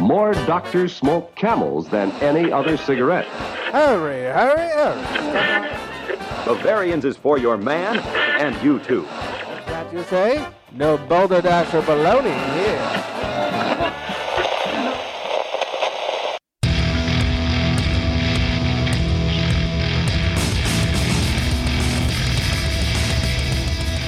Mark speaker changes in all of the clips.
Speaker 1: More doctors smoke camels than any other cigarette.
Speaker 2: Hurry, hurry, hurry.
Speaker 3: Bavarians is for your man and you too.
Speaker 2: Can't you say? No boulder dash or baloney here.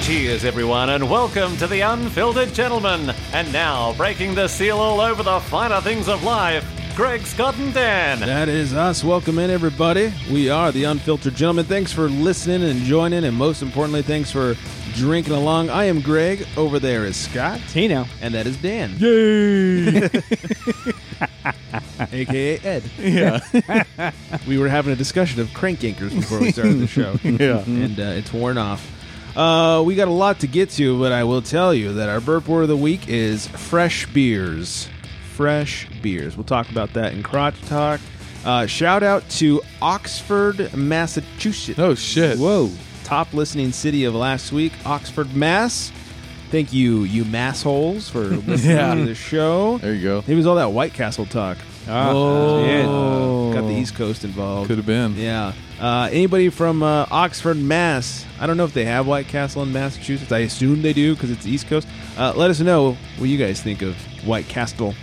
Speaker 4: Cheers, everyone, and welcome to the Unfiltered Gentleman. And now, breaking the seal all over the finer things of life, Greg, Scott, and Dan.
Speaker 5: That is us. Welcome in, everybody. We are the Unfiltered Gentlemen. Thanks for listening and joining, and most importantly, thanks for drinking along. I am Greg. Over there is Scott.
Speaker 6: Hey now.
Speaker 5: And that is Dan. AKA Ed.
Speaker 6: Yeah.
Speaker 5: We were having a discussion of crank yankers before we started the show.
Speaker 6: Yeah.
Speaker 5: And uh, it's worn off. Uh, we got a lot to get to, but I will tell you that our burp word of the week is fresh beers. Fresh beers. We'll talk about that in Crotch Talk. Uh, shout out to Oxford, Massachusetts.
Speaker 6: Oh, shit.
Speaker 5: Whoa. Top listening city of last week, Oxford, Mass. Thank you, you massholes, for listening
Speaker 6: Yeah.
Speaker 5: to the show.
Speaker 6: There you go. Ah.
Speaker 5: It was all that White Castle talk.
Speaker 6: Oh.
Speaker 5: Yeah. Got the East Coast involved.
Speaker 6: Could have been.
Speaker 5: Yeah. Uh, anybody from uh, Oxford, Mass? I don't know if they have White Castle in Massachusetts. I assume they do because it's the East Coast. Uh, let us know what you guys think of White Castle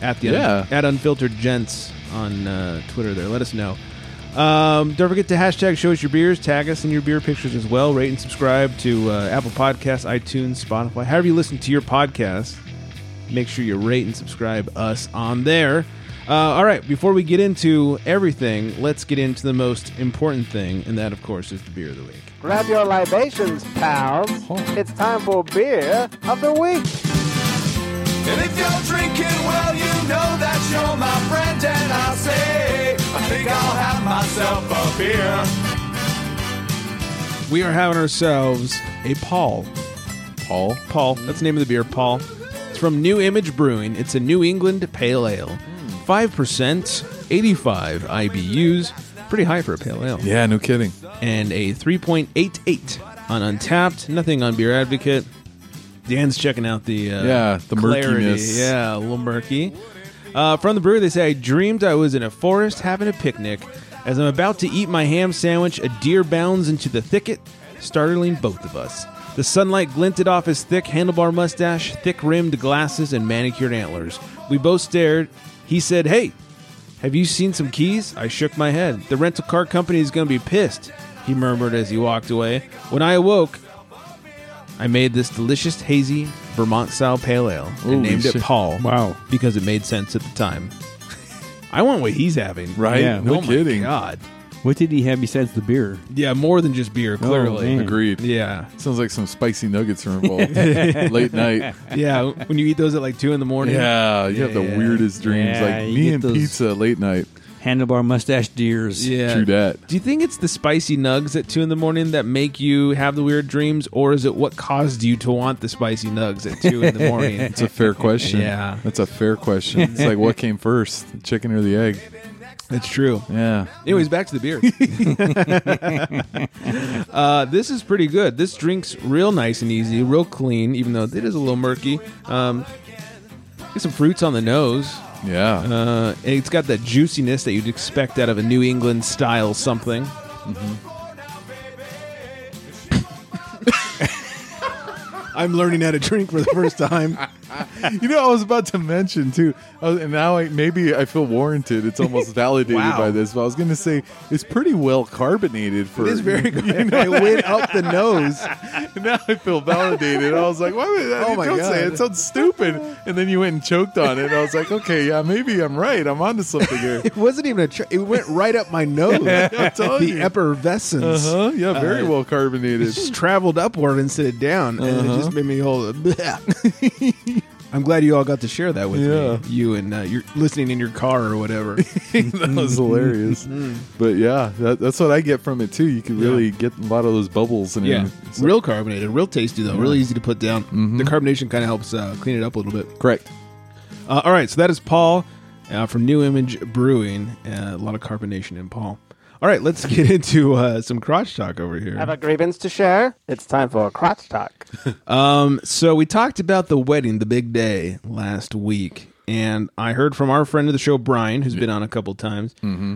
Speaker 5: at the
Speaker 6: Yeah.
Speaker 5: at Unfiltered Gents on uh, Twitter. There, let us know. Um, don't forget to hashtag show us your beers, tag us in your beer pictures as well. Rate and subscribe to uh, Apple Podcasts, iTunes, Spotify, however you listen to your podcast make sure you rate and subscribe us on there. Uh, all right, before we get into everything, let's get into the most important thing, and that, of course, is the beer of the week.
Speaker 2: Grab your libations, pals. It's time for beer of the week.
Speaker 7: And if you're drinking, well, you know that you're my friend, and I say, I think I'll have myself a beer.
Speaker 5: We are having ourselves a Paul.
Speaker 6: Paul.
Speaker 5: Paul, that's the name of the beer, Paul. It's from New Image Brewing. It's a New England Pale Ale. 5%, 85 IBUs. Pretty high for a Pale Ale.
Speaker 6: Yeah, no kidding.
Speaker 5: and a 3.88 on Untapped. Nothing on Beer Advocate. Dan's checking out the uh,
Speaker 6: Yeah, the
Speaker 5: clarity.
Speaker 6: murkiness.
Speaker 5: Yeah, a little murky. Uh, from the brewer, they say I dreamed I was in a forest having a picnic. As I'm about to eat my ham sandwich, a deer bounds into the thicket, startling both of us. The sunlight glinted off his thick handlebar mustache, thick rimmed glasses, and manicured antlers. We both stared. He said, "Hey, have you seen some keys? I shook my head. The rental car company is going to be pissed, he murmured as he walked away. When I awoke, I made this delicious, hazy Vermont style pale ale and
Speaker 6: Holy
Speaker 5: named it
Speaker 6: shit.
Speaker 5: Paul.
Speaker 6: Wow.
Speaker 5: Because it made sense at the time. I want what he's having.
Speaker 6: Right?
Speaker 5: Oh
Speaker 6: Yeah. No
Speaker 5: my
Speaker 6: kidding.
Speaker 5: God.
Speaker 6: What did he have besides the beer? Oh,
Speaker 5: Yeah, more than just beer, clearly.
Speaker 6: man. Agreed.
Speaker 5: Mm. yeah.
Speaker 6: Sounds like some spicy nuggets are involved. Late night.
Speaker 5: Yeah. When you eat those at like two in the morning.
Speaker 6: Yeah, you have the
Speaker 5: Yeah.
Speaker 6: weirdest dreams.
Speaker 8: Yeah,
Speaker 6: like
Speaker 8: you
Speaker 6: me
Speaker 8: get
Speaker 6: and
Speaker 8: those-
Speaker 6: pizza late night.
Speaker 8: handlebar mustache deers.
Speaker 5: Yeah.
Speaker 6: True that.
Speaker 5: Do you think it's the spicy nugs at two in the morning that make you have the weird dreams, or is it what caused you to want the spicy nugs at two in the morning?
Speaker 6: It's a fair question.
Speaker 5: Yeah.
Speaker 6: That's a fair question. It's like what came first, the chicken or the egg?
Speaker 5: it's true.
Speaker 6: Yeah.
Speaker 5: Anyways, back to the beer. uh, this is pretty good. This drink's real nice and easy, real clean, even though it is a little murky. Um, get some fruits on the nose.
Speaker 6: Yeah.
Speaker 5: Uh, and it's got that juiciness that you'd expect out of a New England style something. Mm-hmm. I'm learning how to drink for the first time.
Speaker 6: You know, I was about to mention too, I was- and now I, maybe I feel warranted. It's almost validated
Speaker 5: Wow.
Speaker 6: by this, but I was going to say it's pretty well carbonated for.
Speaker 5: It is very good. I went up the nose.
Speaker 6: now I feel validated. I was like, why would I,
Speaker 5: Oh my
Speaker 6: don't say
Speaker 5: God.
Speaker 6: it. it sounds stupid? And then you went and choked on it. And I was like, okay, yeah, maybe I'm right. I'm onto something here.
Speaker 5: It wasn't even a. Tr- it went right up my nose.
Speaker 6: I'm telling
Speaker 5: the
Speaker 6: you.
Speaker 5: effervescence.
Speaker 6: Uh-huh. Yeah, very well
Speaker 5: It
Speaker 6: carbonated.
Speaker 5: just traveled upward instead of down, and it just made me all. bleh. Uh-huh. I'm glad you all got to share that with
Speaker 6: Yeah.
Speaker 5: me. You and uh, you're listening in your car or whatever.
Speaker 6: that was hilarious.
Speaker 5: Mm.
Speaker 6: but yeah, that, that's what I get from it too. You can really get a lot of those bubbles and everything. So-
Speaker 5: real carbonated, real tasty though, really easy to put down. The carbonation kind of helps uh, clean it up a little bit.
Speaker 6: correct.
Speaker 5: Uh, all right, so that is Paul uh, from New Image Brewing. Uh, a lot of carbonation in Paul. All right, let's get into uh, some crotch talk over here.
Speaker 2: Have a grievance to share? It's time for a crotch talk.
Speaker 5: Um, so we talked about the wedding, the big day last week, and I heard from our friend of the show, Brian, who's been on a couple times,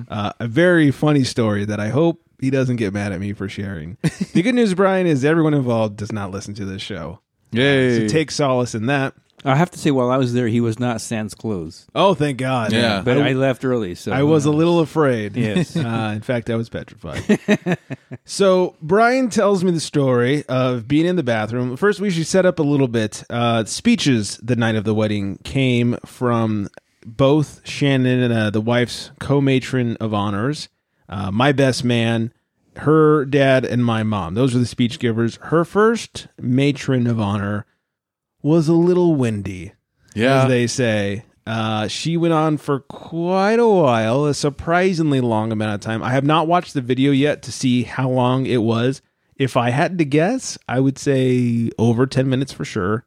Speaker 5: uh, a very funny story that I hope he doesn't get mad at me for sharing. the good news, Brian, is everyone involved does not listen to this show.
Speaker 6: Yay.
Speaker 5: So take solace in that.
Speaker 8: I have to say, while I was there, he was not sans clothes,
Speaker 5: Oh, thank God.
Speaker 6: Yeah.
Speaker 8: but I, left early, so
Speaker 5: I was a little afraid.
Speaker 8: Yes.
Speaker 5: Uh, in fact, I was petrified. so Brian tells me the story of being in the bathroom. First, we should set up a little bit. Uh, speeches the night of the wedding came from both Shannon and uh, the wife's co-matron of honors, uh, my best man, her dad, and my mom. Those were the speech givers. Her first matron of honor was a little windy as
Speaker 6: Yeah.
Speaker 5: they say. Uh, she went on for quite a while, a surprisingly long amount of time. I have not watched the video yet to see how long it was. If I had to guess, I would say over 10 minutes for sure.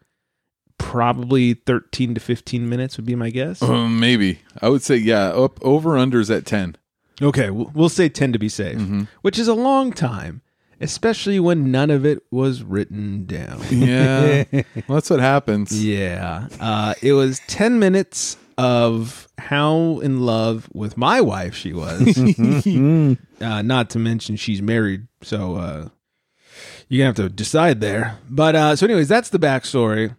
Speaker 5: Probably 13 to 15 minutes would be my guess.
Speaker 6: Uh, maybe. I would say, yeah, up over unders at 10.
Speaker 5: Okay, we'll we'll say 10 to be safe, which is a long time, especially when none of it was written down.
Speaker 6: Yeah. well, that's what happens.
Speaker 5: Yeah. Uh, it was 10 minutes of how in love with my wife she was. uh, not to mention she's married. So uh, you're going to have to decide there. But uh, so, anyways, that's the backstory.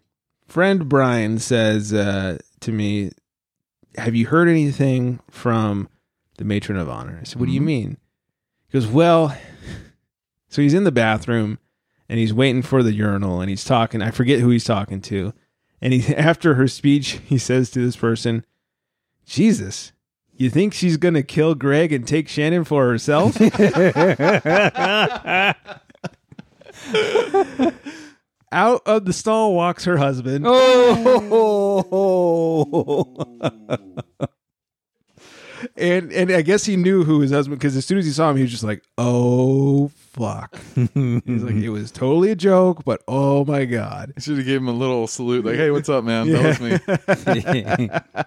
Speaker 5: Friend Brian says uh, to me, Have you heard anything from the matron of honor? I said, What do you mean? He goes, Well, so he's in the bathroom and he's waiting for the urinal and he's talking. I forget who he's talking to. And he, after her speech, he says to this person, Jesus, you think she's going to kill Greg and take Shannon for herself? Out of the stall walks her husband. And and I guess he knew who his husband because as soon as he saw him, he was just like, "Oh fuck!" He's like, "It was totally a joke, but oh my god!"
Speaker 6: I should have gave him a little salute, like, hey, what's up, man? That was me.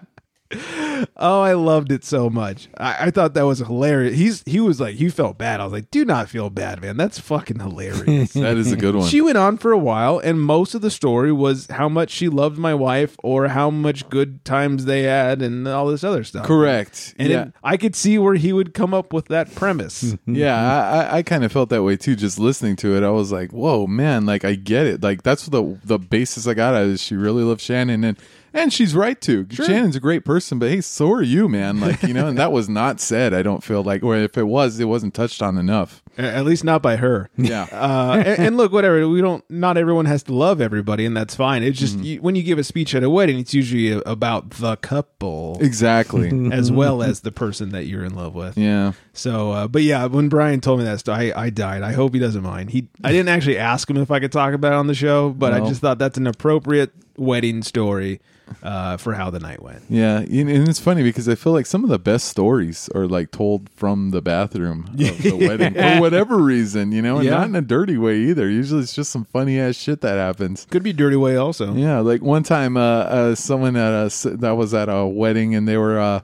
Speaker 5: Oh, I loved it so much. I, I thought that was hilarious. He's he was like, he felt bad. I was like, do not feel bad, man. That's fucking hilarious.
Speaker 6: That is a good one.
Speaker 5: she went on for a while, and most of the story was how much she loved my wife or how much good times they had and all this other stuff.
Speaker 6: Correct.
Speaker 5: And
Speaker 6: yeah.
Speaker 5: it- I could see where he would come up with that premise.
Speaker 6: Yeah,
Speaker 5: Mm-hmm.
Speaker 6: I, I, I kind of felt that way too. Just listening to it, I was like, "Whoa, man! Like, I get it. Like, that's the the basis I got out of it. She really loves Shannon, and and she's right too. Shannon's a great person, but hey, so are you, man. Like, you know. And that was not said. I don't feel like, or if it was, it wasn't touched on enough.
Speaker 5: A- At least not by her.
Speaker 6: Yeah.
Speaker 5: Uh, and, and look, whatever we don't. Not everyone has to love everybody, and that's fine. It's just you, when you give a speech at a wedding, it's usually a, about the couple
Speaker 6: exactly.
Speaker 5: as well as the person that you're in love with.
Speaker 6: yeah.
Speaker 5: So, uh, but yeah, when Brian told me that story, I, I died. I hope he doesn't mind. He, I didn't actually ask him if I could talk about it on the show, but I
Speaker 6: No.
Speaker 5: just thought that's an appropriate wedding story uh, for how the night went.
Speaker 6: Yeah, and and it's funny because I feel like some of the best stories are like told from the bathroom of the wedding for whatever reason, you know, and
Speaker 5: Yeah.
Speaker 6: not in a dirty way either. Usually it's just some funny ass shit that happens.
Speaker 5: Could be dirty way also.
Speaker 6: Yeah, like one time, uh, uh someone at a s- that was at a wedding, and they were uh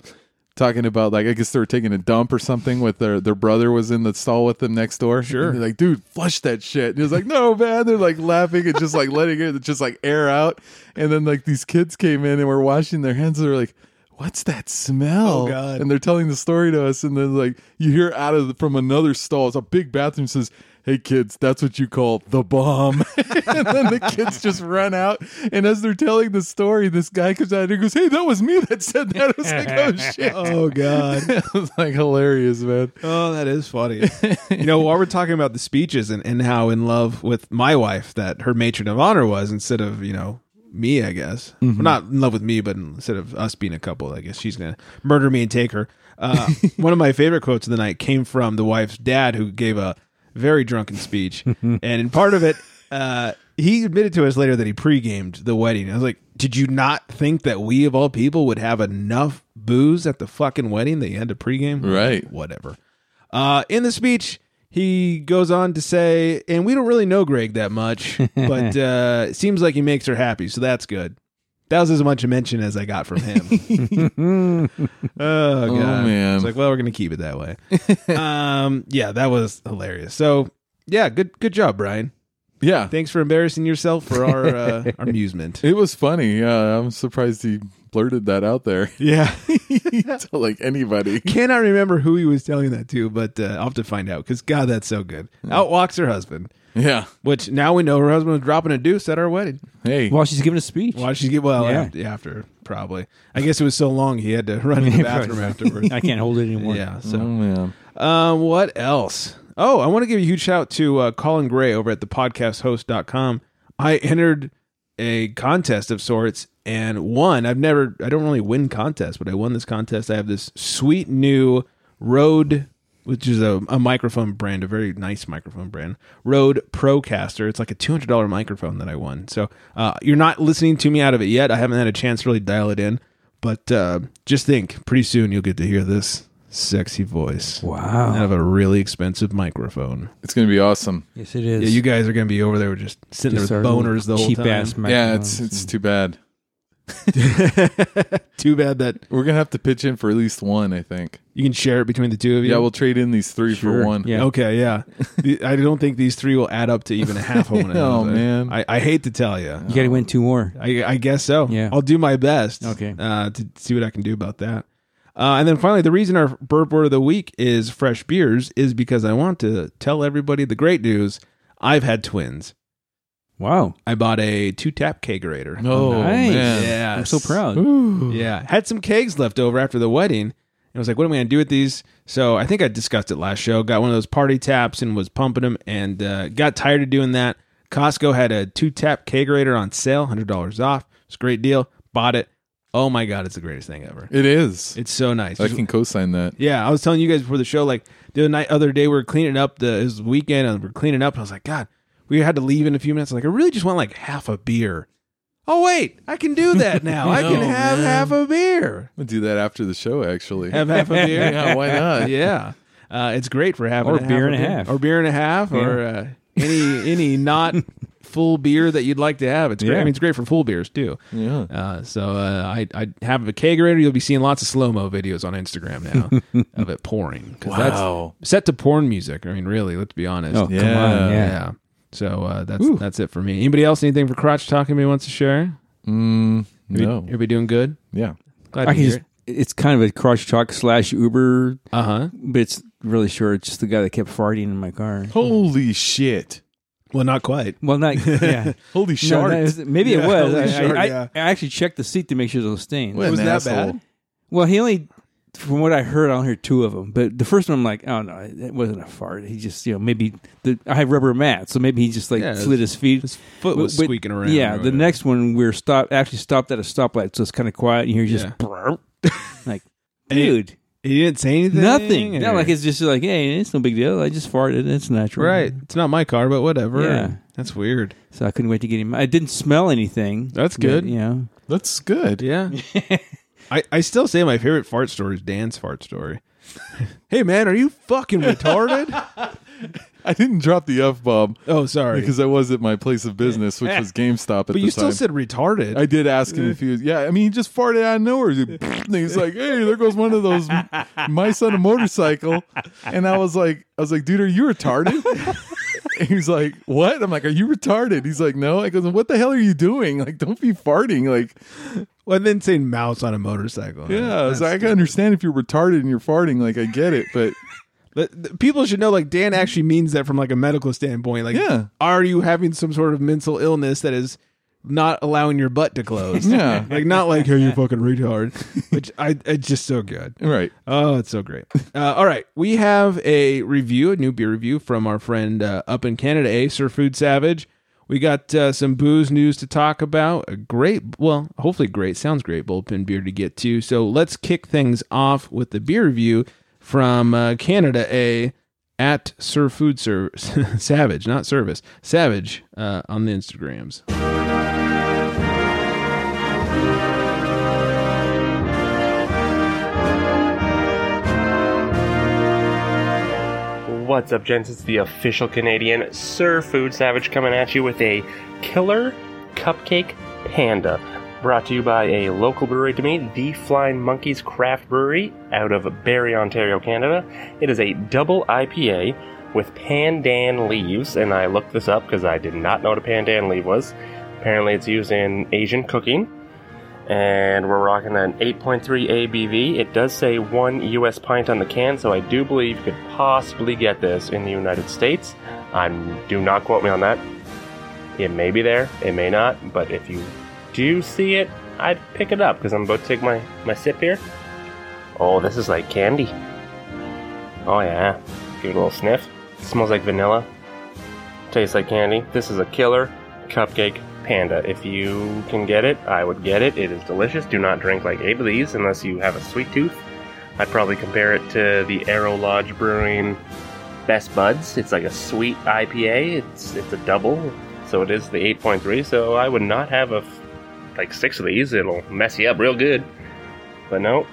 Speaker 6: talking about like I guess they were taking a dump or something with their their brother was in the stall with them next door. Sure, like dude, flush that shit. And he was like, no man. They're like laughing and just like letting it just like air out. And then like these kids came in and were washing their hands. and They're like. What's that smell?
Speaker 5: Oh, God.
Speaker 6: And they're telling the story to us, and then like you hear out of the, from another stall, it's a big bathroom says, "Hey kids, that's what you call the bomb." and then the kids just run out. And as they're telling the story, this guy comes out and goes, "Hey, that was me that said that." I was like, "Oh shit!"
Speaker 5: Oh God.
Speaker 6: it was like hilarious, man.
Speaker 5: Oh, that is funny. you know, while we're talking about the speeches and, and how in love with my wife that her matron of honor was instead of, you know, me, I guess. Well, not in love with me, but instead of us being a couple, I guess she's going to murder me and take her. Uh, one of my favorite quotes of the night came from the wife's dad who gave a very drunken speech. and in part of it, uh, he admitted to us later that he pre-gamed the wedding. I was like, did you not think that we of all people would have enough booze at the fucking wedding that you had to pregame?
Speaker 6: Right.
Speaker 5: Whatever. Uh, in the speech, he goes on to say, and we don't really know Greg that much, but uh, it seems like he makes her happy, so that's good. That was as much a mention as I got from him. oh, God.
Speaker 6: man.
Speaker 5: It's like, well, we're going to keep it that way. um, yeah, that was hilarious. So, yeah, good good job, Brian.
Speaker 6: Yeah.
Speaker 5: Thanks for embarrassing yourself for our uh, our amusement.
Speaker 6: It was funny. Yeah, I'm surprised he blurted that out there
Speaker 5: Yeah.
Speaker 6: to like anybody.
Speaker 5: Cannot remember who he was telling that to, but uh, I'll have to find out because, God, that's so good. Out walks her husband,
Speaker 6: Yeah.
Speaker 5: which now we know her husband was dropping a deuce at our wedding.
Speaker 6: Hey.
Speaker 8: While she's giving a speech.
Speaker 5: Why did she get, well,
Speaker 8: Yeah.
Speaker 5: after, after, probably. I guess it was so long he had to run to the bathroom afterwards.
Speaker 8: I can't hold it anymore. Mm-hmm.
Speaker 5: Yeah. So,
Speaker 6: Oh, man.
Speaker 5: Um, what else? Oh, I want to give a huge shout to uh, Colin Gray over at the podcasthost.com. I entered a contest of sorts and won. I've never, I don't really win contests, but I won this contest. I have this sweet new Rode, which is a, a microphone brand, a very nice microphone brand, Rode Procaster. It's like a $200 microphone that I won. So uh, you're not listening to me out of it yet. I haven't had a chance to really dial it in, but uh, just think pretty soon you'll get to hear this sexy voice
Speaker 8: Wow.
Speaker 5: out of a really expensive microphone.
Speaker 6: It's going to be awesome.
Speaker 8: Yes, it is.
Speaker 5: Yeah, you guys are gonna be over there just sitting
Speaker 8: Just
Speaker 5: there
Speaker 8: our
Speaker 5: with boners the whole
Speaker 8: cheap
Speaker 5: time.
Speaker 8: ass
Speaker 6: Yeah,
Speaker 8: microphones
Speaker 6: it's it's
Speaker 8: and-
Speaker 6: too bad.
Speaker 5: Too bad that
Speaker 6: We're going to have to pitch in for at least one, I think.
Speaker 5: you can share it between the two of you.
Speaker 6: Yeah, we'll trade in these three
Speaker 8: Sure.
Speaker 6: for one.
Speaker 8: Yeah.
Speaker 5: Okay, yeah. The- I don't think these three will add up to even a half of one.
Speaker 6: Oh,
Speaker 5: another.
Speaker 6: man.
Speaker 5: I, I hate to tell you.
Speaker 8: you got to win two more.
Speaker 5: I, I guess so.
Speaker 8: Yeah.
Speaker 5: I'll do my best.
Speaker 8: Okay.
Speaker 5: Uh, to see what I can do about that. Uh, and then finally, the reason our burp word of the week is fresh beers is because I want to tell everybody the great news. I've had twins.
Speaker 8: Wow.
Speaker 5: I bought a two tap kegerator.
Speaker 6: Oh,
Speaker 8: Nice.
Speaker 6: man.
Speaker 5: yeah.
Speaker 8: I'm so proud.
Speaker 5: Yeah, had some kegs left over after the wedding, and was like, "What am I gonna do with these?" So I think I discussed it last show. Got one of those party taps and was pumping them, and uh, got tired of doing that. Costco had a two tap kegerator on sale, hundred dollars off. It's a great deal. Bought it. Oh my god, it's the greatest thing ever.
Speaker 6: It is.
Speaker 5: It's so nice.
Speaker 6: I can co sign that.
Speaker 5: Yeah, I was telling you guys before the show, like the other night, other day, we were cleaning up the it was the weekend and we are cleaning up. And I was like, God, we had to leave in a few minutes. Like, I really just want like half a beer. Oh wait, I can do that now. I can
Speaker 6: No,
Speaker 5: have half a beer.
Speaker 6: We'll do that after the show, actually.
Speaker 5: Have half a beer.
Speaker 6: yeah, why not?
Speaker 5: yeah, uh, it's great for having
Speaker 8: Or
Speaker 5: a half
Speaker 8: beer
Speaker 5: a
Speaker 8: and a half.
Speaker 5: or beer and a half, or uh, any any not full beer that you'd like to have. It's great.
Speaker 8: Yeah.
Speaker 5: I mean, it's great for full beers too.
Speaker 6: Yeah.
Speaker 5: Uh, so uh, I I have a kegerator. You'll be seeing lots of slow mo videos on Instagram now of it pouring. 'Cause
Speaker 6: Wow.
Speaker 5: That's set to porn music. I mean, really, let's be honest.
Speaker 8: Oh,
Speaker 5: yeah.
Speaker 8: come
Speaker 6: Yeah.
Speaker 8: on. Yeah.
Speaker 5: So uh, that's that's it for me. Anybody else? Anything for crotch talking? Anybody wants to share?
Speaker 6: Mm, no.
Speaker 5: Everybody doing good?
Speaker 6: Yeah.
Speaker 5: Glad to
Speaker 8: I can
Speaker 5: hear.
Speaker 8: just, it's kind of a crotch talk slash Uber,
Speaker 5: Uh huh.
Speaker 8: but it's really short. It's just the guy that kept farting in my car.
Speaker 6: Holy shit.
Speaker 5: Well, not quite.
Speaker 8: Well, not, yeah.
Speaker 6: Holy
Speaker 8: No,
Speaker 6: shit.
Speaker 8: that is- maybe
Speaker 5: Yeah,
Speaker 8: it was.
Speaker 5: holy
Speaker 8: I,
Speaker 5: shart,
Speaker 8: I, I-
Speaker 5: yeah.
Speaker 8: I actually checked the seat to make sure there was stains.
Speaker 6: What
Speaker 5: was
Speaker 6: an
Speaker 5: that
Speaker 6: asshole.
Speaker 5: bad?
Speaker 8: Well, he only, from what I heard, I only heard two of them. But the first one, I'm like, oh no, it wasn't a fart. He just, you know, maybe the I have rubber mat, so maybe he just like
Speaker 5: Yeah, his-
Speaker 8: slid his feet.
Speaker 5: his foot was squeaking around or
Speaker 8: Yeah, the
Speaker 5: whatever.
Speaker 8: next one we were stopped, actually stopped at a stoplight, so it's kind of quiet, and you hear just
Speaker 5: Yeah.
Speaker 8: brrrr. like, dude,
Speaker 5: He didn't say anything.
Speaker 8: nothing. Not
Speaker 5: or-
Speaker 8: like it's just like, hey, it's no big deal. I just farted. It's natural,
Speaker 5: right. It's not my car, but whatever.
Speaker 8: Yeah.
Speaker 5: That's weird.
Speaker 8: So I couldn't wait to get him. I didn't smell anything.
Speaker 5: That's
Speaker 8: but,
Speaker 5: good.
Speaker 8: you know.
Speaker 6: That's good.
Speaker 5: Yeah. I, I still say my favorite fart story is Dan's fart story. hey man, are you fucking retarded?
Speaker 6: I didn't drop the F bomb
Speaker 5: oh, sorry. Eh.
Speaker 6: because I was at my place of business, which was GameStop at
Speaker 5: but
Speaker 6: the
Speaker 5: you
Speaker 6: time.
Speaker 5: still said retarded.
Speaker 6: I did ask him if he was. Yeah, I mean, he just farted out of nowhere. He- and he's like, "Hey, there goes one of those my son a motorcycle," and I was like, "I was like, dude, are you retarded?" And he's like, "What?" I'm like, "Are you retarded?" He's like, "No." I goes, "What the hell are you doing? Like, don't be farting." Like,
Speaker 5: well, then saying mouse on a motorcycle.
Speaker 6: yeah, I was like, I can understand if you're retarded and you're farting. Like, I get it, but
Speaker 5: But th- people should know like Dan actually means that from like a medical standpoint. Like
Speaker 6: Yeah.
Speaker 5: are you having some sort of mental illness that is not allowing your butt to close?
Speaker 6: Yeah.
Speaker 5: Like not like hey you fucking retard. Which I it's just so good.
Speaker 6: right.
Speaker 5: Oh, it's so great. Uh, all right. We have a review, a new beer review from our friend uh, up in Canada, A. Sir Food Savage. We got uh, some booze news to talk about. A great, well, hopefully great, sounds great bullpen beer to get to. So let's kick things off with the beer review from uh, Canada, A. At Sir Food Ser- Savage, not Service, Savage uh, on the Instagrams.
Speaker 9: What's up, gents? It's the official Canadian Sir Food Savage coming at you with a killer cupcake panda. Brought to you by a local brewery to me, the Flying Monkeys Craft Brewery out of Barrie, Ontario, Canada. It is a double IPA with pandan leaves, and I looked this up because I did not know what a pandan leaf was. Apparently, it's used in Asian cooking, and we're rocking an 8.3 ABV. It does say one U.S. pint on the can, so I do believe you could possibly get this in the United States. I do not quote me on that. It may be there, it may not, but if you do see it, I'd pick it up because I'm about to take my, my sip here. Oh, this is like candy. Oh, yeah. Give it a little sniff. smells like vanilla. Tastes like candy. This is a killer cupcake panda. If you can get it, I would get it. It is delicious. Do not drink like eight of these unless you have a sweet tooth. I'd probably compare it to the Arrow Lodge Brewing Best Buds. It's like a sweet IPA. It's it's a double, so it is the 8.3. So I would not have a f- like six of these. It'll mess you up real good. But no,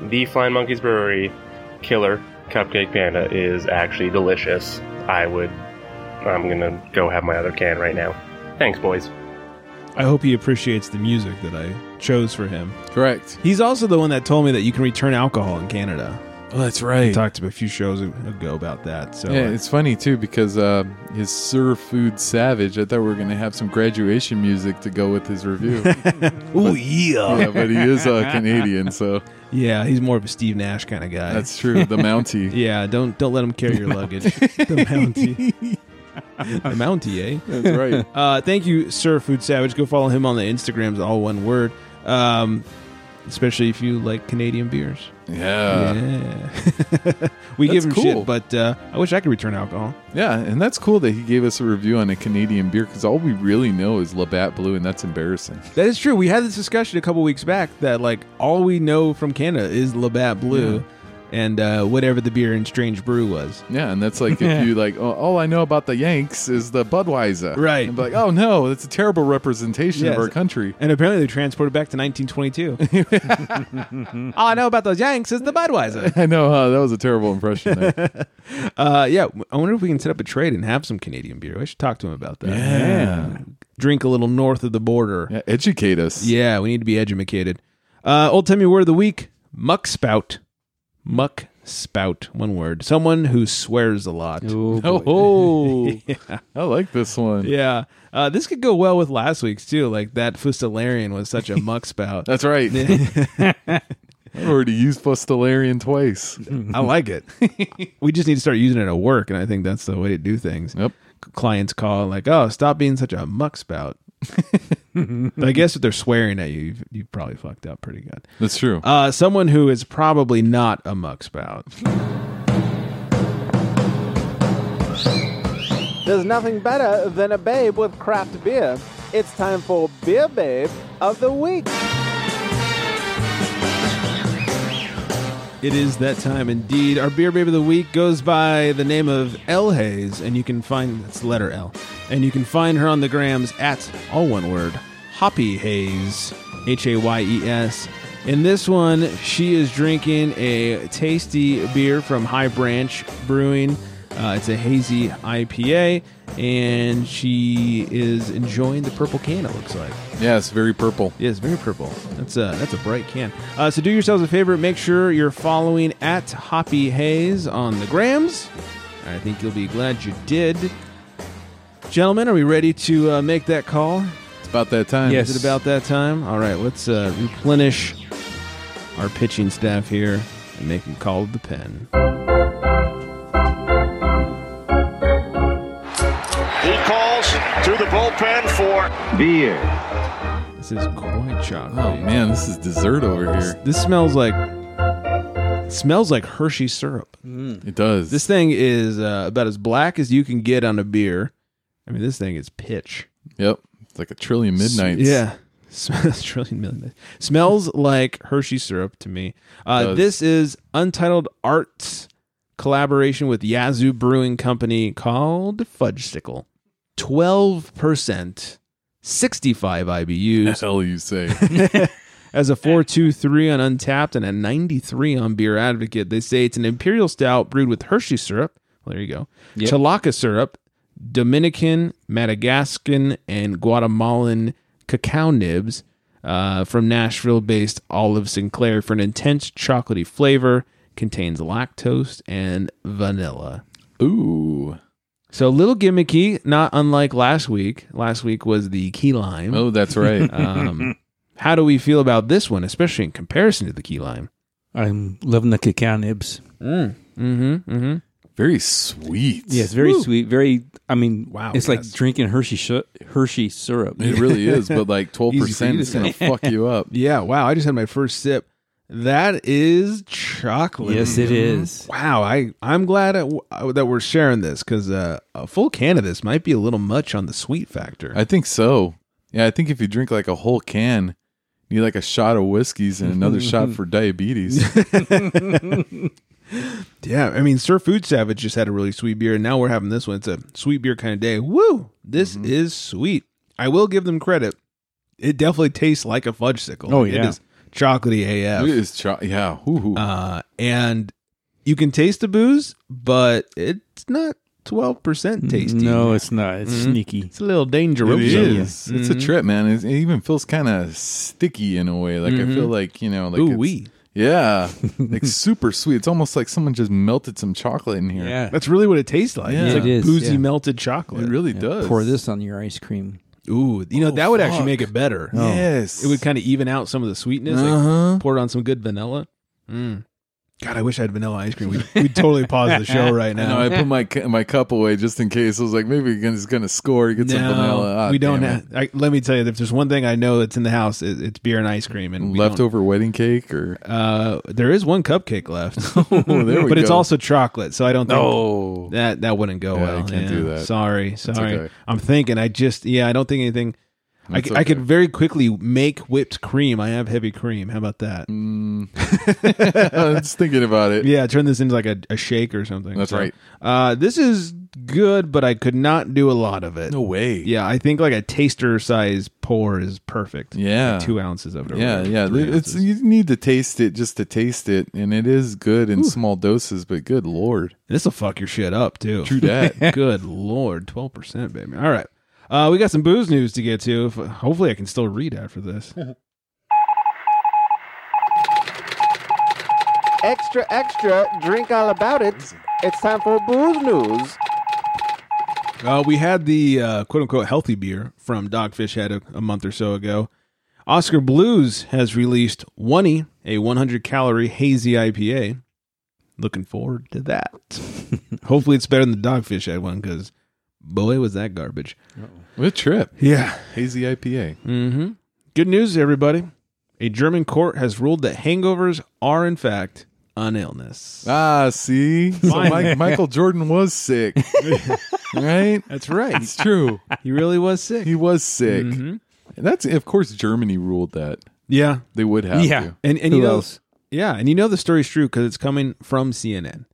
Speaker 9: the Flying Monkeys Brewery Killer Cupcake Panda is actually delicious. I would. I'm gonna go have my other can right now. Thanks, boys.
Speaker 5: I hope he appreciates the music that I chose for him.
Speaker 6: Correct.
Speaker 5: He's also the one that told me that you can return alcohol in Canada.
Speaker 6: Oh, that's right.
Speaker 5: I talked to a few shows ago about that. So
Speaker 6: Yeah,
Speaker 5: uh,
Speaker 6: it's funny too because uh, his Sir Food Savage. I thought we were going to have some graduation music to go with his review.
Speaker 5: Ooh, yeah.
Speaker 6: yeah, but he is a Canadian, so
Speaker 5: Yeah, he's more of a Steve Nash kind of guy.
Speaker 6: that's true. The Mountie.
Speaker 5: yeah, don't don't let him carry your luggage. the Mountie. the Mountie, eh?
Speaker 6: That's right.
Speaker 5: Uh, thank you, Sir Food Savage. Go follow him on the Instagrams, all one word. Um, especially if you like Canadian beers.
Speaker 6: Yeah.
Speaker 5: yeah.
Speaker 6: yeah.
Speaker 5: we give
Speaker 6: That's
Speaker 5: him
Speaker 6: cool.
Speaker 5: shit, but uh, I wish I could return alcohol.
Speaker 6: and that's cool that he gave us a review on a Canadian beer because all we really know is Labatt Blue, and that's embarrassing.
Speaker 5: That is true. We had this discussion a couple weeks back that like all we know from Canada is Labatt Blue and uh, whatever the beer in Strange Brew was.
Speaker 6: Yeah, and that's like if you like, oh, all I know about the Yanks is the Budweiser.
Speaker 5: Right.
Speaker 6: And be like, oh no, that's a terrible representation
Speaker 5: Yes.
Speaker 6: of our country.
Speaker 5: And apparently they transported back to 1922. all I know about those Yanks is the Budweiser.
Speaker 6: I know huh? that was a terrible impression. There.
Speaker 5: Uh, yeah, I wonder if we can set up a trade and have some Canadian beer. I should talk to him about that.
Speaker 6: Yeah.
Speaker 5: Drink a little north of the border.
Speaker 6: Yeah, educate us.
Speaker 5: Yeah, we need to be edumacated. Uh, old timey word of the week: muck spout. Muck spout. One word. Someone who swears a lot.
Speaker 8: Oh, boy.
Speaker 6: Oh, I like this one.
Speaker 5: Yeah, uh, this could go well with last week's too. Like that Fustilarian was such a muck spout.
Speaker 6: That's right. I've already used Fustelarian twice.
Speaker 5: I like it. we just need to start using it at work, and I think that's the way to do things.
Speaker 6: Yep.
Speaker 5: C- Clients call like, "Oh, stop being such a muck spout." but I guess if they're swearing at you, you've, you've probably fucked up pretty good.
Speaker 6: That's true.
Speaker 5: Uh, someone who is probably not a muck spout.
Speaker 2: There's nothing better than a babe with craft beer. It's time for Beer Babe of the Week.
Speaker 5: It is that time indeed. Our beer babe of the week goes by the name of L Hayes, and you can find that's the letter L, and you can find her on the grams at all one word, Hoppy Hayes, H A Y E S. In this one, she is drinking a tasty beer from High Branch Brewing. Uh, it's a hazy IPA, and she is enjoying the purple can. It looks like.
Speaker 6: yes, very purple.
Speaker 5: Yeah, it's very purple. That's a that's a bright can. Uh, so do yourselves a favor. Make sure you're following at Hoppy Hayes on the Grams. I think you'll be glad you did. Gentlemen, are we ready to uh, make that call?
Speaker 6: It's about that time.
Speaker 8: Yes.
Speaker 5: Is it about that time? All right, let's uh, replenish our pitching staff here and make a call of the pen.
Speaker 10: He calls to the bullpen for
Speaker 1: Beer.
Speaker 5: This is quite chocolate.
Speaker 6: Oh man, this is dessert over here.
Speaker 5: This smells like smells like Hershey syrup.
Speaker 6: It does.
Speaker 5: This thing is uh, about as black as you can get on a beer. I mean, this thing is pitch.
Speaker 6: yep. It's like a trillion midnights.
Speaker 5: Yeah. Smells trillion million. nights. Smells like Hershey syrup to me. Uh,
Speaker 6: Does.
Speaker 5: this is Untitled Arts collaboration with Yazoo Brewing Company called Fudge Stickle. 12%, 65 IBUs,
Speaker 6: Hell, you say.
Speaker 5: as a 423 on Untapped and a 93 on Beer Advocate. They say it's an imperial stout brewed with Hershey syrup. Well, there you go.
Speaker 8: Yep.
Speaker 5: Chalaca syrup, Dominican, Madagascan, and Guatemalan cacao nibs uh, from Nashville based Olive Sinclair for an intense chocolatey flavor. Contains lactose and vanilla.
Speaker 6: Ooh.
Speaker 5: So a little gimmicky, not unlike last week. Last week was the key lime.
Speaker 6: Oh, that's right.
Speaker 5: Um, how do we feel about this one, especially in comparison to the key lime?
Speaker 8: I'm loving the cacao nibs.
Speaker 5: Mm-hmm. Mm-hmm.
Speaker 6: Very sweet.
Speaker 8: Yeah, it's very sweet. Very, I mean, wow, it's like
Speaker 5: guys.
Speaker 8: drinking Hershey shu- Hershey syrup.
Speaker 6: It really is, but like twelve
Speaker 5: Easy for you
Speaker 6: percent
Speaker 5: to
Speaker 6: is gonna fuck you up.
Speaker 5: Yeah. Wow. I just had my first sip. That is chocolate.
Speaker 8: yes, it
Speaker 5: Mm-hmm.
Speaker 8: is.
Speaker 5: Wow. I I'm glad that w- uh, that we're sharing this because uh, a full can of this might be a little much on the sweet factor.
Speaker 6: I think so. Yeah, I think if you drink like a whole can, you need like a shot of whiskeys and another shot for diabetes.
Speaker 5: Yeah, I mean, Sir Food Savage just had a really sweet beer, and now we're having this one. It's a sweet beer kind of day. Woo! This is sweet. I will give them credit. It definitely tastes like a fudgesicle.
Speaker 8: Oh,
Speaker 5: it
Speaker 8: yeah.
Speaker 5: is chocolatey
Speaker 6: it
Speaker 5: AF,
Speaker 6: is cho- yeah. Ooh,
Speaker 5: uh, and you can taste the booze, but it's not twelve percent tasty. Mm-hmm.
Speaker 8: Mm-hmm. No, it's not. It's sneaky.
Speaker 5: it's a little dangerous.
Speaker 6: it is. Mm-hmm. It's a
Speaker 5: Mm-hmm.
Speaker 6: trip, man. It's, it even feels kind of sticky in a way. Like I feel like you know, like
Speaker 5: Mm-hmm. Ooh
Speaker 6: it's-
Speaker 5: wee!
Speaker 6: yeah, like super sweet. It's almost like someone just melted some chocolate in here.
Speaker 8: Yeah,
Speaker 5: That's really what it tastes like.
Speaker 6: Yeah.
Speaker 5: It's like
Speaker 8: It is,
Speaker 5: boozy
Speaker 8: yeah.
Speaker 5: melted chocolate.
Speaker 6: it really does.
Speaker 8: pour this on your ice cream.
Speaker 5: Ooh, you know that would actually
Speaker 6: fuck.
Speaker 5: make it better.
Speaker 6: Yes,
Speaker 5: It would kind of even out some of the sweetness. like,
Speaker 6: Oh. Uh-huh.
Speaker 5: poured on some good vanilla. Mm. God, I wish I had vanilla ice cream. We'd, we'd totally pause the show right
Speaker 6: I know.
Speaker 5: now.
Speaker 6: I put my cu- my cup away just in case. I was like, maybe he's gonna score. You get some vanilla. Ah,
Speaker 5: we don't
Speaker 6: damn it.
Speaker 5: have. I, let me tell you, if there's one thing I know that's in the house, it, it's beer and ice cream. And we don't-
Speaker 6: leftover wedding cake or
Speaker 5: Uh, there is one cupcake left,
Speaker 6: oh, there we
Speaker 5: but it's
Speaker 6: go.
Speaker 5: also chocolate, so I don't think
Speaker 6: oh
Speaker 5: that that wouldn't go
Speaker 6: Yeah,
Speaker 5: well.
Speaker 6: you can't do that.
Speaker 5: Sorry, sorry.
Speaker 6: okay.
Speaker 5: I'm thinking. I just yeah, I don't think anything. I,
Speaker 6: That's
Speaker 5: c- I could
Speaker 6: okay.
Speaker 5: very quickly make whipped cream. I have heavy cream. How about that?
Speaker 6: Mm. I was thinking about it.
Speaker 5: Yeah, turn this into like a, a shake or something.
Speaker 6: That's right.
Speaker 5: Uh, this is good, but I could not do a lot of it.
Speaker 6: No way.
Speaker 5: Yeah, I think like a taster size pour is perfect.
Speaker 6: Yeah.
Speaker 5: Like two ounces of it. or
Speaker 6: Yeah,
Speaker 5: whatever,
Speaker 6: yeah.
Speaker 5: three
Speaker 6: It's
Speaker 5: ounces.
Speaker 6: you need to taste it just to taste it, and it is good in small doses. But good lord,
Speaker 5: this'll fuck your shit up too.
Speaker 6: true that.
Speaker 5: good lord, twelve percent, baby. All right, uh, we got some booze news to get to. If, hopefully, I can still read after this.
Speaker 2: Extra, extra, drink all about it. It's time for booze news.
Speaker 5: Uh, we had the uh, quote unquote healthy beer from Dogfish Head a, a month or so ago. Oscar Blues has released Oney, a 100 calorie hazy IPA. Looking forward to that. Hopefully, it's better than the Dogfish Head one because boy, was that garbage.
Speaker 6: what a trip,
Speaker 5: Yeah.
Speaker 6: hazy IPA.
Speaker 5: Mm-hmm. Good news, everybody. A German court has ruled that hangovers are, in fact, an illness.
Speaker 6: Ah, see, so
Speaker 5: Fine.
Speaker 6: Mike, Michael Jordan was sick, right?
Speaker 5: That's right. Mm-hmm.
Speaker 6: It's true.
Speaker 5: he really was sick.
Speaker 6: He was sick. And that's of course Germany ruled that
Speaker 5: Yeah.
Speaker 6: they would have
Speaker 8: Yeah.
Speaker 6: to.
Speaker 5: And, and
Speaker 8: Who
Speaker 5: you know,
Speaker 8: else?
Speaker 5: Yeah, and you know the story's true because it's coming from CNN,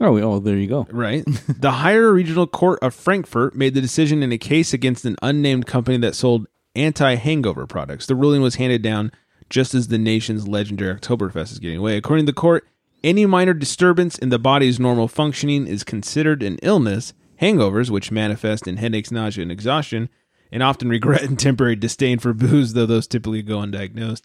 Speaker 8: Oh, oh, there you go.
Speaker 5: right? the Higher Regional Court of Frankfurt made the decision in a case against an unnamed company that sold anti-hangover products. The ruling was handed down just as the nation's legendary Oktoberfest is getting away. According to the court, any minor disturbance in the body's normal functioning is considered an illness. Hangovers, which manifest in headaches, nausea, and exhaustion, and often regret and temporary disdain for booze, though those typically go undiagnosed,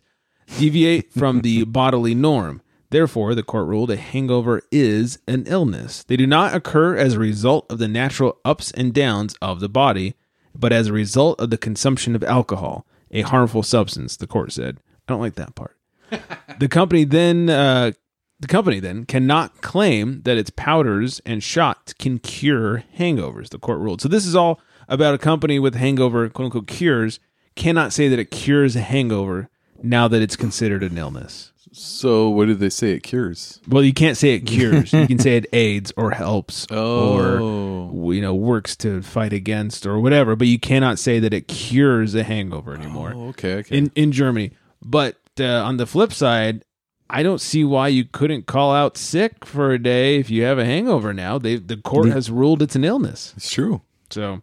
Speaker 5: deviate from the bodily norm. Therefore, the court ruled a hangover is an illness. They do not occur as a result of the natural ups and downs of the body, but as a result of the consumption of alcohol, a harmful substance, the court said. I don't like that part. the company then uh, the company then cannot claim that its powders and shots can cure hangovers, the court ruled. So this is all about a company with hangover quote unquote cures cannot say that it cures a hangover now that it's considered an illness.
Speaker 6: So what did they say? It cures.
Speaker 5: Well, you can't say it cures. you can say it aids or helps
Speaker 6: Oh.
Speaker 5: or you know works to fight against or whatever, but you cannot say that it cures a hangover anymore
Speaker 6: Oh, okay, okay.
Speaker 5: in in Germany. But uh, on the flip side, I don't see why you couldn't call out sick for a day if you have a hangover. Now they the court has ruled it's an illness,
Speaker 6: it's true.
Speaker 5: so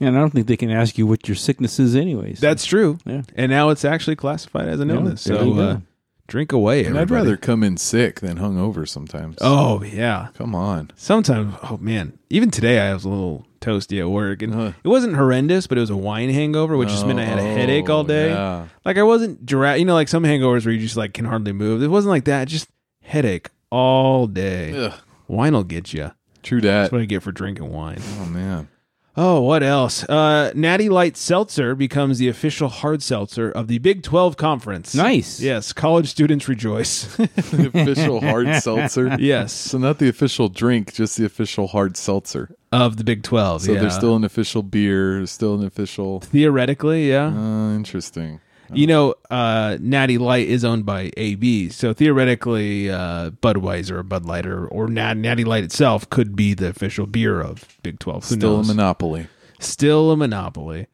Speaker 8: And I don't think they can ask you what your sickness is, anyways.
Speaker 5: that's true.
Speaker 8: Yeah.
Speaker 5: And now it's actually classified as an
Speaker 8: Yeah,
Speaker 5: illness.
Speaker 8: there you
Speaker 5: So
Speaker 8: go.
Speaker 5: uh, drink away.
Speaker 6: And I'd
Speaker 5: everybody.
Speaker 6: rather come in sick than hungover sometimes.
Speaker 5: Oh yeah.
Speaker 6: come on.
Speaker 5: Sometimes, oh man, even today I was a little toasty at work, and
Speaker 6: Huh.
Speaker 5: it wasn't horrendous, but it was a wine hangover, which just meant I had a headache all
Speaker 6: Oh,
Speaker 5: day.
Speaker 6: yeah.
Speaker 5: Like I wasn't dra- you know, like some hangovers where you just like can hardly move. It wasn't like that, just headache all day.
Speaker 6: Ugh.
Speaker 5: Wine will get you.
Speaker 6: True that.
Speaker 5: That's what I get for drinking wine.
Speaker 6: Oh man.
Speaker 5: Oh, what else? Uh, Natty Light Seltzer becomes the official hard seltzer of the Big 12 Conference.
Speaker 8: Nice.
Speaker 5: Yes, college students rejoice.
Speaker 6: The official hard seltzer.
Speaker 5: yes,
Speaker 6: So not the official drink, just the official hard seltzer.
Speaker 5: of the Big 12.
Speaker 6: So
Speaker 5: yeah.
Speaker 6: there's still an official beer, there's still an official.
Speaker 5: Theoretically, yeah.
Speaker 6: Uh, interesting.
Speaker 5: You know, uh, Natty Light is owned by AB, so theoretically, uh, Budweiser or Bud Light or, or Nat- Natty Light itself could be the official beer of Big Twelve. Who
Speaker 6: Still
Speaker 5: knows?
Speaker 6: a monopoly.
Speaker 5: Still a monopoly.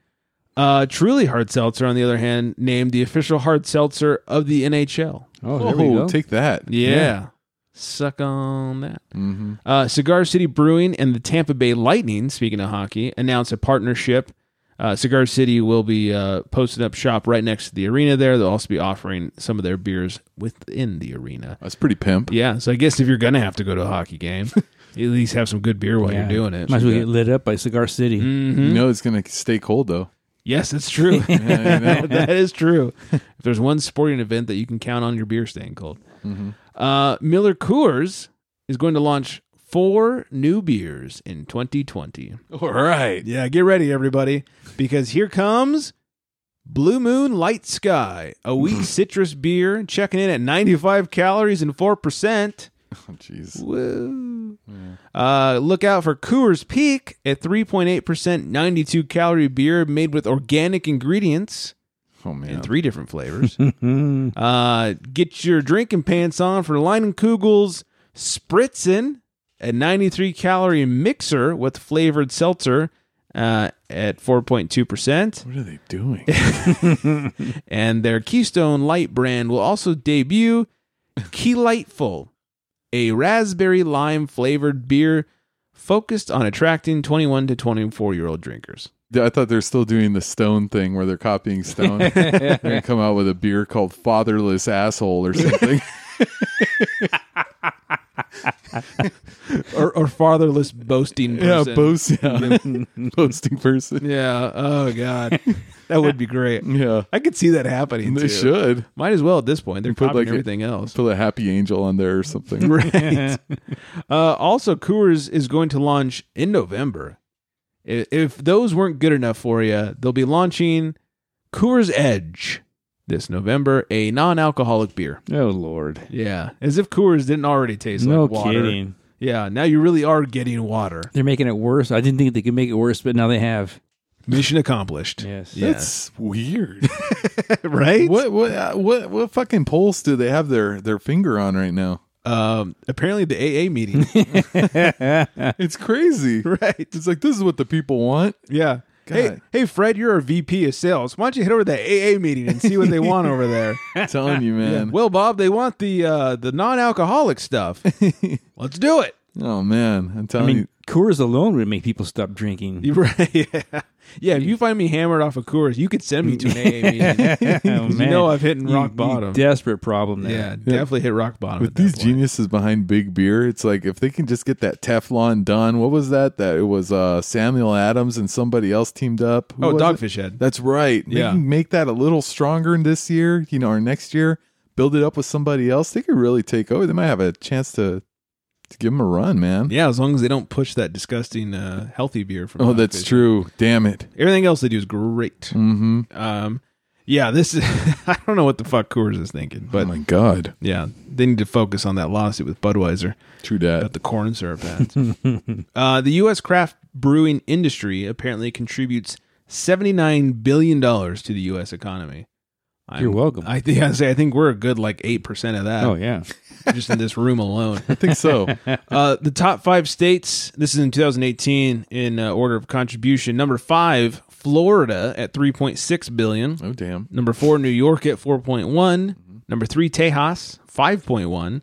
Speaker 5: Uh, truly hard seltzer, on the other hand, named the official hard seltzer of the NHL.
Speaker 8: Oh, there we go.
Speaker 6: take that.
Speaker 5: Yeah. Suck on that.
Speaker 8: Mm-hmm.
Speaker 5: Uh, Cigar City Brewing and the Tampa Bay Lightning, speaking of hockey, announced a partnership. Uh, Cigar City will be uh, posting up shop right next to the arena there. They'll also be offering some of their beers within the arena.
Speaker 6: That's pretty pimp.
Speaker 5: Yeah, so I guess if you're going to have to go to a hockey game, you at least have some good beer while
Speaker 8: Yeah.
Speaker 5: you're doing it.
Speaker 8: Might as well get lit up by Cigar City.
Speaker 5: Mm-hmm.
Speaker 6: You know it's gonna stay cold though.
Speaker 5: Yes, that's true.
Speaker 6: Yeah, you know?
Speaker 5: that is true. If there's one sporting event that you can count on your beer staying cold,
Speaker 6: Mm-hmm.
Speaker 5: uh, Miller Coors is going to launch four new beers in 2020.
Speaker 6: All right.
Speaker 5: Yeah, get ready, everybody, because here comes Blue Moon Light Sky, a wheat citrus beer, checking in at 95 calories and 4%.
Speaker 6: Oh, Jeez.
Speaker 5: Woo. Uh, look out for Coors Peak, a 3.8%, 92 calorie beer made with organic ingredients
Speaker 6: Oh
Speaker 5: in
Speaker 6: man.
Speaker 5: three different flavors. uh, get your drinking pants on for Leinenkugel's Spritzen, a 93 calorie mixer with flavored seltzer uh, at 4.2%.
Speaker 6: What are they doing?
Speaker 5: And their Keystone Light brand will also debut Key Lightful, a raspberry lime flavored beer focused on attracting 21 to 24 year old drinkers.
Speaker 6: I thought they're still doing the Stone thing where they're copying Stone. they're gonna come out with a beer called Fatherless Asshole or something.
Speaker 5: Or, or fatherless boasting
Speaker 6: yeah,
Speaker 5: person.
Speaker 6: boast, yeah. boasting person.
Speaker 5: Yeah. Oh God, that would be great.
Speaker 6: Yeah,
Speaker 5: I could see that happening.
Speaker 6: they
Speaker 5: too.
Speaker 6: should
Speaker 5: Might as well at this point. They're
Speaker 6: put,
Speaker 5: copying
Speaker 6: like, a-
Speaker 5: everything else.
Speaker 6: put a happy angel on there or something.
Speaker 5: Right. uh, also, Coors is going to launch in November. I- If those weren't good enough for you, they'll be launching Coors Edge this November, a non-alcoholic beer.
Speaker 8: Oh Lord.
Speaker 5: Yeah, as if Coors didn't already taste
Speaker 8: No
Speaker 5: like water.
Speaker 8: kidding.
Speaker 5: Yeah, now you really are getting water.
Speaker 8: They're making it worse. I didn't think they could make it worse, but now they have.
Speaker 5: Mission accomplished.
Speaker 8: Yes.
Speaker 6: That's weird.
Speaker 5: right.
Speaker 6: what what uh, what what fucking polls do they have their their finger on right now?
Speaker 5: Um, apparently, the AA meeting.
Speaker 6: It's crazy.
Speaker 5: right.
Speaker 6: It's like this is what the people want.
Speaker 5: Yeah. Hey,
Speaker 6: God.
Speaker 5: hey, Fred, you're our VP of sales. Why don't you head over to the AA meeting and see what they want over there?
Speaker 6: I'm telling you, man.
Speaker 5: Well, Bob, they want the uh, the non-alcoholic stuff. Let's do it.
Speaker 6: Oh man, I'm
Speaker 8: I
Speaker 6: telling
Speaker 8: mean, Coors alone would make people stop drinking.
Speaker 5: You're right. Yeah. yeah. If you find me hammered off of Coors, you could send me to an AA meeting.
Speaker 8: oh, man.
Speaker 5: know I've hit rock bottom.
Speaker 8: desperate problem there.
Speaker 5: yeah, definitely hit rock bottom.
Speaker 6: with
Speaker 5: at that
Speaker 6: these
Speaker 5: point.
Speaker 6: geniuses behind big beer, it's like if they can just get that Teflon done. What was that? That it was uh, Samuel Adams and somebody else teamed up. Who
Speaker 5: Oh,
Speaker 6: was it?
Speaker 5: Dogfish Head.
Speaker 6: That's right. They
Speaker 5: Yeah.
Speaker 6: can make that a little stronger in this year, you know, or next year. Build it up with somebody else. They could really take over. They might have a chance to to give them a run, man.
Speaker 5: yeah, as long as they don't push that disgusting uh, healthy beer from.
Speaker 6: Oh, that's
Speaker 5: Dogfish.
Speaker 6: true. Damn it.
Speaker 5: Everything else they do is great.
Speaker 6: Mm-hmm.
Speaker 5: Um, yeah, this is. I don't know what the fuck Coors is thinking,
Speaker 6: Oh
Speaker 5: but
Speaker 6: my god.
Speaker 5: yeah, they need to focus on that lawsuit with Budweiser.
Speaker 6: True that.
Speaker 5: about the corn syrup ads. uh, the U.S. craft brewing industry apparently contributes seventy-nine billion dollars to the U.S. economy. I'm-
Speaker 8: You're welcome.
Speaker 5: I think I say I think we're a good like eight percent of that
Speaker 8: Oh yeah.
Speaker 5: just in this room alone.
Speaker 6: I think so.
Speaker 5: Uh, the top five states. This is in 2018 in uh, order of contribution. Number five, Florida at 3.6 billion.
Speaker 6: oh damn.
Speaker 5: Number four, New York at 4one
Speaker 6: Mm-hmm.
Speaker 5: Number three, Tejas, 5.1.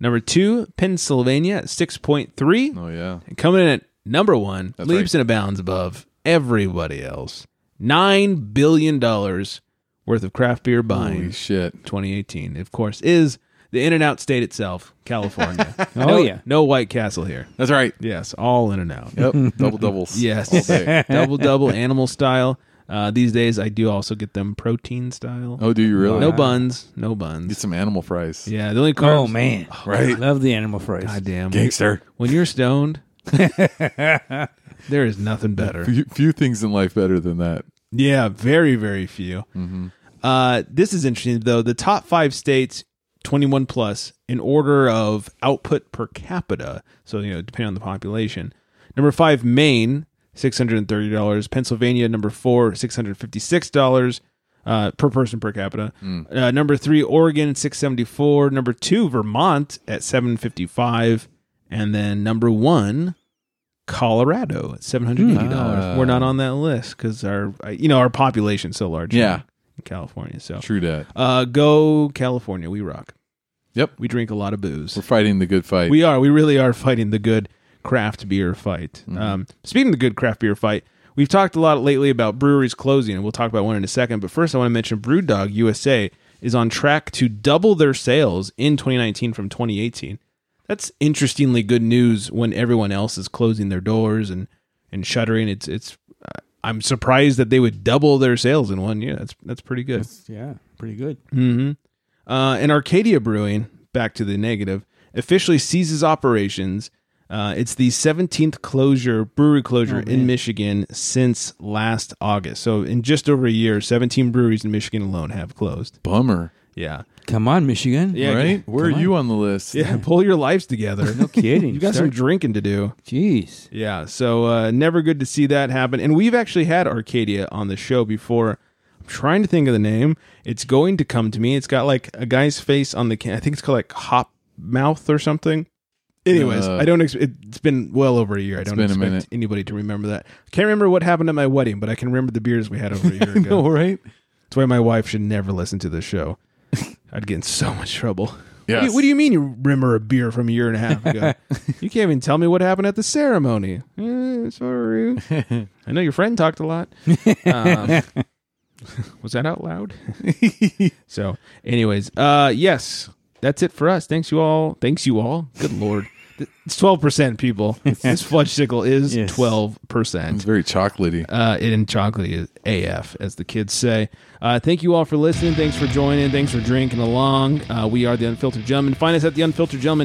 Speaker 5: Number two, Pennsylvania at 6.3.
Speaker 6: Oh yeah.
Speaker 5: And coming in at number one,
Speaker 6: That's
Speaker 5: leaps and bounds above everybody else. $9 billion worth of craft beer buying
Speaker 6: Holy shit.
Speaker 5: 2018. Of course, is the in and out state itself, California.
Speaker 8: Oh
Speaker 5: no,
Speaker 8: yeah.
Speaker 5: No White Castle here.
Speaker 6: That's right.
Speaker 5: Yes, all in and out.
Speaker 6: Yep. Double doubles. All
Speaker 5: Yes.
Speaker 6: day.
Speaker 5: double, double animal style. Uh, these days, I do also get them protein style.
Speaker 6: Oh, do you really?
Speaker 5: No buns. No
Speaker 6: Get
Speaker 5: buns.
Speaker 6: some animal fries.
Speaker 5: Yeah, the only carbs.
Speaker 8: Oh man.
Speaker 6: Right.
Speaker 8: Love the animal fries.
Speaker 5: God damn.
Speaker 6: Gangster.
Speaker 5: When you're stoned, There is nothing better.
Speaker 6: Few, few things in life better than that.
Speaker 5: Yeah, very, very few. Uh, this is interesting, though. The top five states, 21 plus, in order of output per capita. So, you know, depending on the population. Number five, Maine, $630. Pennsylvania, number four, $656. Uh, per person per capita. Uh, number three, Oregon, six seventy four. Number two, Vermont at seven fifty five, and then number one, Colorado at seven hundred eighty dollars. We're not on that list because our uh, you know our population's so large.
Speaker 6: Yeah.
Speaker 5: in California. So
Speaker 6: True that.
Speaker 5: Uh, go California. We rock.
Speaker 6: Yep.
Speaker 5: We drink a lot of booze.
Speaker 6: We're fighting the good fight.
Speaker 5: We are. We really are fighting the good craft beer fight. Um, speaking of the good craft beer fight, we've talked a lot lately about breweries closing, and we'll talk about one in a second. But first, I want to mention BrewDog USA is on track to double their sales in 2019 from 2018. That's interestingly good news when everyone else is closing their doors and and shuttering. It's it's. uh, I'm surprised that they would double their sales in one year. That's that's pretty good.
Speaker 8: Yeah, pretty good.
Speaker 5: Uh, and Arcadia Brewing, back to the negative, officially ceases operations. Uh, it's the 17th closure, brewery closure in Michigan since last August. So, in just over a year, 17 breweries in Michigan alone have closed.
Speaker 6: Bummer.
Speaker 5: Yeah.
Speaker 8: Come on, Michigan.
Speaker 5: Yeah.
Speaker 6: right? Where are you on the list?
Speaker 5: Yeah. Pull your lives together.
Speaker 8: No kidding.
Speaker 5: you got some drinking to do.
Speaker 8: Jeez.
Speaker 5: Yeah, so uh, never good to see that happen. And we've actually had Arcadia on the show before. I'm trying to think of the name. It's going to come to me. It's got like a guy's face on the can. I think it's called like Hop Mouth or something. Anyways,
Speaker 6: Uh,
Speaker 5: I don't. Ex- it's been well over a year. I don't
Speaker 6: been a
Speaker 5: expect
Speaker 6: minute.
Speaker 5: anybody to remember that. Can't remember what happened at my wedding, but I can remember the beers we had over a year ago.
Speaker 6: All right.
Speaker 5: That's why my wife should never listen to this show. I'd get in so much trouble. What, do you,
Speaker 6: Yes.
Speaker 5: what do you mean you remember a beer from a year and a half ago? you can't even tell me what happened at the ceremony. Eh, sorry. I know your friend talked a lot. Um, was that out loud? so, anyways, uh, yes, that's it for us. Thanks you all. Thanks you all. Good lord. It's 12%, people. This fudge sickle is
Speaker 8: Yes.
Speaker 5: 12%
Speaker 6: It's very chocolatey.
Speaker 5: uh, it and chocolatey is AF, as the kids say. Uh, thank you all for listening. Thanks for joining. Thanks for drinking along. Uh, we are the Unfiltered Gentleman. Find us at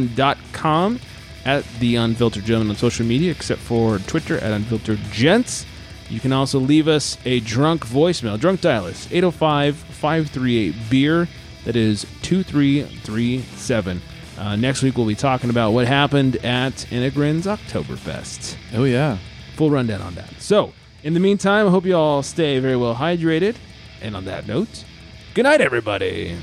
Speaker 5: theunfilteredgentleman.com, at the Unfiltered Gentleman on social media, except for Twitter at Unfiltered Gents. You can also leave us a drunk voicemail. Drunk dial us 805 538 beer. E That is 2337. Uh, next week, we'll be talking about what happened at Innegrin's Oktoberfest
Speaker 6: Oh yeah.
Speaker 5: full rundown on that. So, in the meantime, I hope you all stay very well hydrated. And on that note, good night, everybody.